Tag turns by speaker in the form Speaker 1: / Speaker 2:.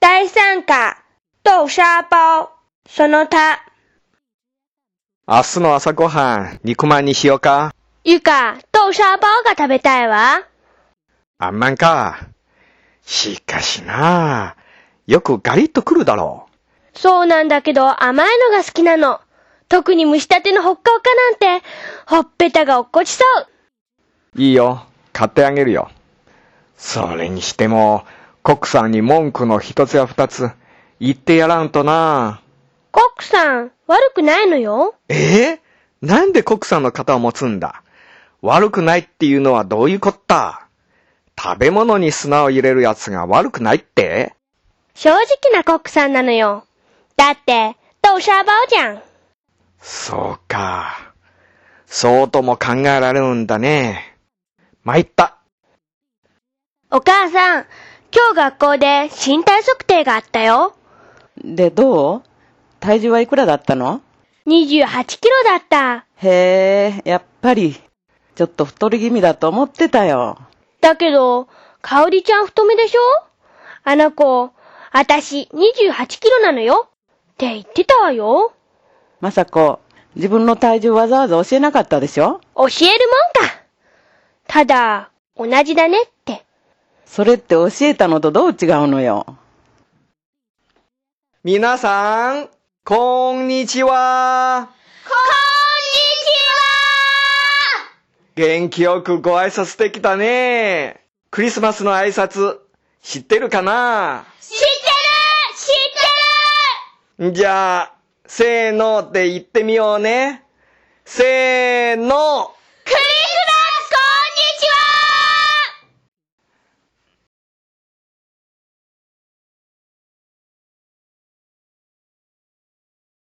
Speaker 1: 愛参加、豆沙包、その他。
Speaker 2: 明日の朝ごはん、肉まんにしようか
Speaker 1: ゆか、豆沙包が食べたいわ。
Speaker 2: あんまんか。しかしなあ、よくガリッとくるだろ
Speaker 1: そうなんだけど甘いのが好きなの。特に蒸したてのほっかほかなんて、ほっぺたが落っこちそう。
Speaker 2: う。いいよ、買ってあげるよ。それにしても、コックさんに文句の一つや二つ、言ってやらんとなあ。
Speaker 1: コックさん、悪くないのよ。
Speaker 2: ええなんでコックさんの肩を持つんだ悪くないっていうのはどういうこった食べ物に砂を入れるやつが悪くないって
Speaker 1: 正直なコックさんなのよ。だって、豆沙包じゃん。
Speaker 2: そうか。そうとも考えられるんだね。参った。
Speaker 1: お母さん、今日学校で身体測定があったよ。
Speaker 3: で、どう体重はいくらだったの
Speaker 1: 28キロだった。
Speaker 3: へえ、やっぱり、ちょっと太り気味だと思ってたよ。
Speaker 1: だけど、かおりちゃん太めでしょあの子、あたし28キロなのよ。って言ってたわよ。
Speaker 3: まさこ、自分の体重わざわざ教えなかったでしょ
Speaker 1: 教えるもんか。ただ、同じだねって。
Speaker 3: それって教えたのとどう違うのよ。
Speaker 2: 皆さん、こんにちは。元気よくご挨拶できたね。クリスマスの挨拶、知ってるかな
Speaker 1: 知ってる知って
Speaker 2: じゃあ、せーので言ってみようね。せーの。